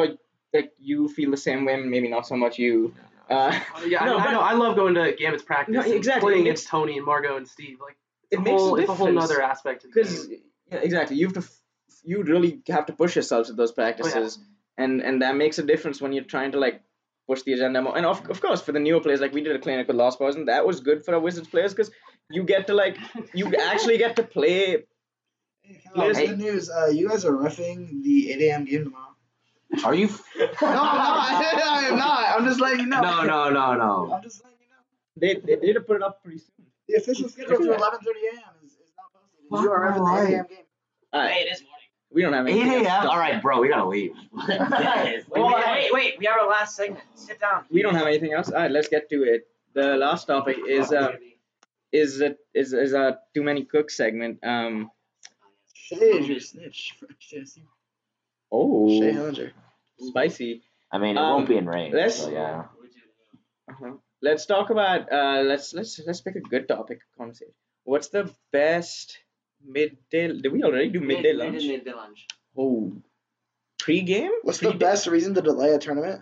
like you feel the same way. Maybe not so much you. Uh,
Uh, yeah,
No,
I,
but-
I know. I love going to Gamut's practice.
No,
and
exactly.
Playing
It makes-
against Tony and Margot and Steve, like
it
it's a
makes
whole,
a
it's a whole
difference.
other aspect of the game.
because yeah, exactly you have to f- you really have to push yourselves at those practices and and that makes a difference when you're trying to like push the agenda more and of, of course for the newer players like we did a clinic with lost boys and that was good for our wizards players because you get to like you actually get to play
Here's the
news. Uh, you guys are roughing the 8 a.m. game tomorrow.
Are you? f-
No, I'm not. I am not. I'm just letting you know.
No, no, no, no.
I'm just letting you know.
they they did put it up pretty soon
The official schedule for 11:30 a.m. is, is not posted. and You are roughing the 8 a.m. game.
all right
Hey, it is morning.
Uh, we don't have
8
anything else to
a.m.
talk
All right,
about.
bro, we gotta leave.
Wait, wait, wait, wait, we have our last segment. Sit down.
we don't have anything else all right let's get to it the last topic is uh is it is is uh too many cooks segment um
Shay is your snitch. Fresh Tennessee. Shay
oh
Hellinger.
spicy
I mean, it
Um,
won't be in range.
let's-
so yeah.
Uh-huh. Let's talk about uh let's let's let's pick a good topic of conversation. What's the best midday did we already do midday lunch?
Midday lunch.
Oh. Pre-game?
What's the
Pre-day-
best reason to delay a tournament?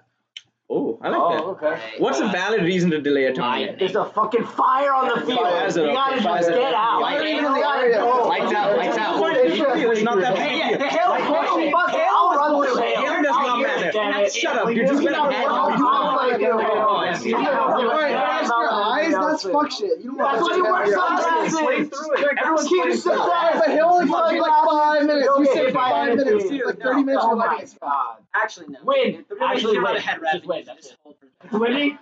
Oh, I like that.
Oh, okay.
What's a valid reason to delay a tournament?
There's a fucking fire on the field.
Fire is it
you
okay?
gotta
Fire is
just
it
get
okay?
out.
Why
Get
even
out.
the
area?
Lights out, lights out.
It's not that
Hey,
big
yeah,
a deal.
Hell,
Hale-
fuck, I'll run through Hale.
Hale does
I'll
not
get
matter.
it, damn it.
Shut up, you're just
You
gonna
don't
head
want
up.
to play
You don't
Hale.
want to play
You
Hale.
don't
All
want
right,
to play
ask your
Hale.
eyes. That's fuck shit. You don't want
That's why
to
you
have
work
your
so
eyes.
hard.
Everyone's
keeping
playing
stuff
through it.
down.
But he only
Fuck
fucking like
last
five
minute.
minutes.
You'll
We
get
said
hit by
five
an
minutes.
MP.
It's like
No,
30 minutes.
Oh
We're
my
like,
God.
Actually, no.
Win.
If they're gonna
Actually,
hear about
win.
a head
Just
wrap,
win,
you
that's
just
it.
hold for
Winning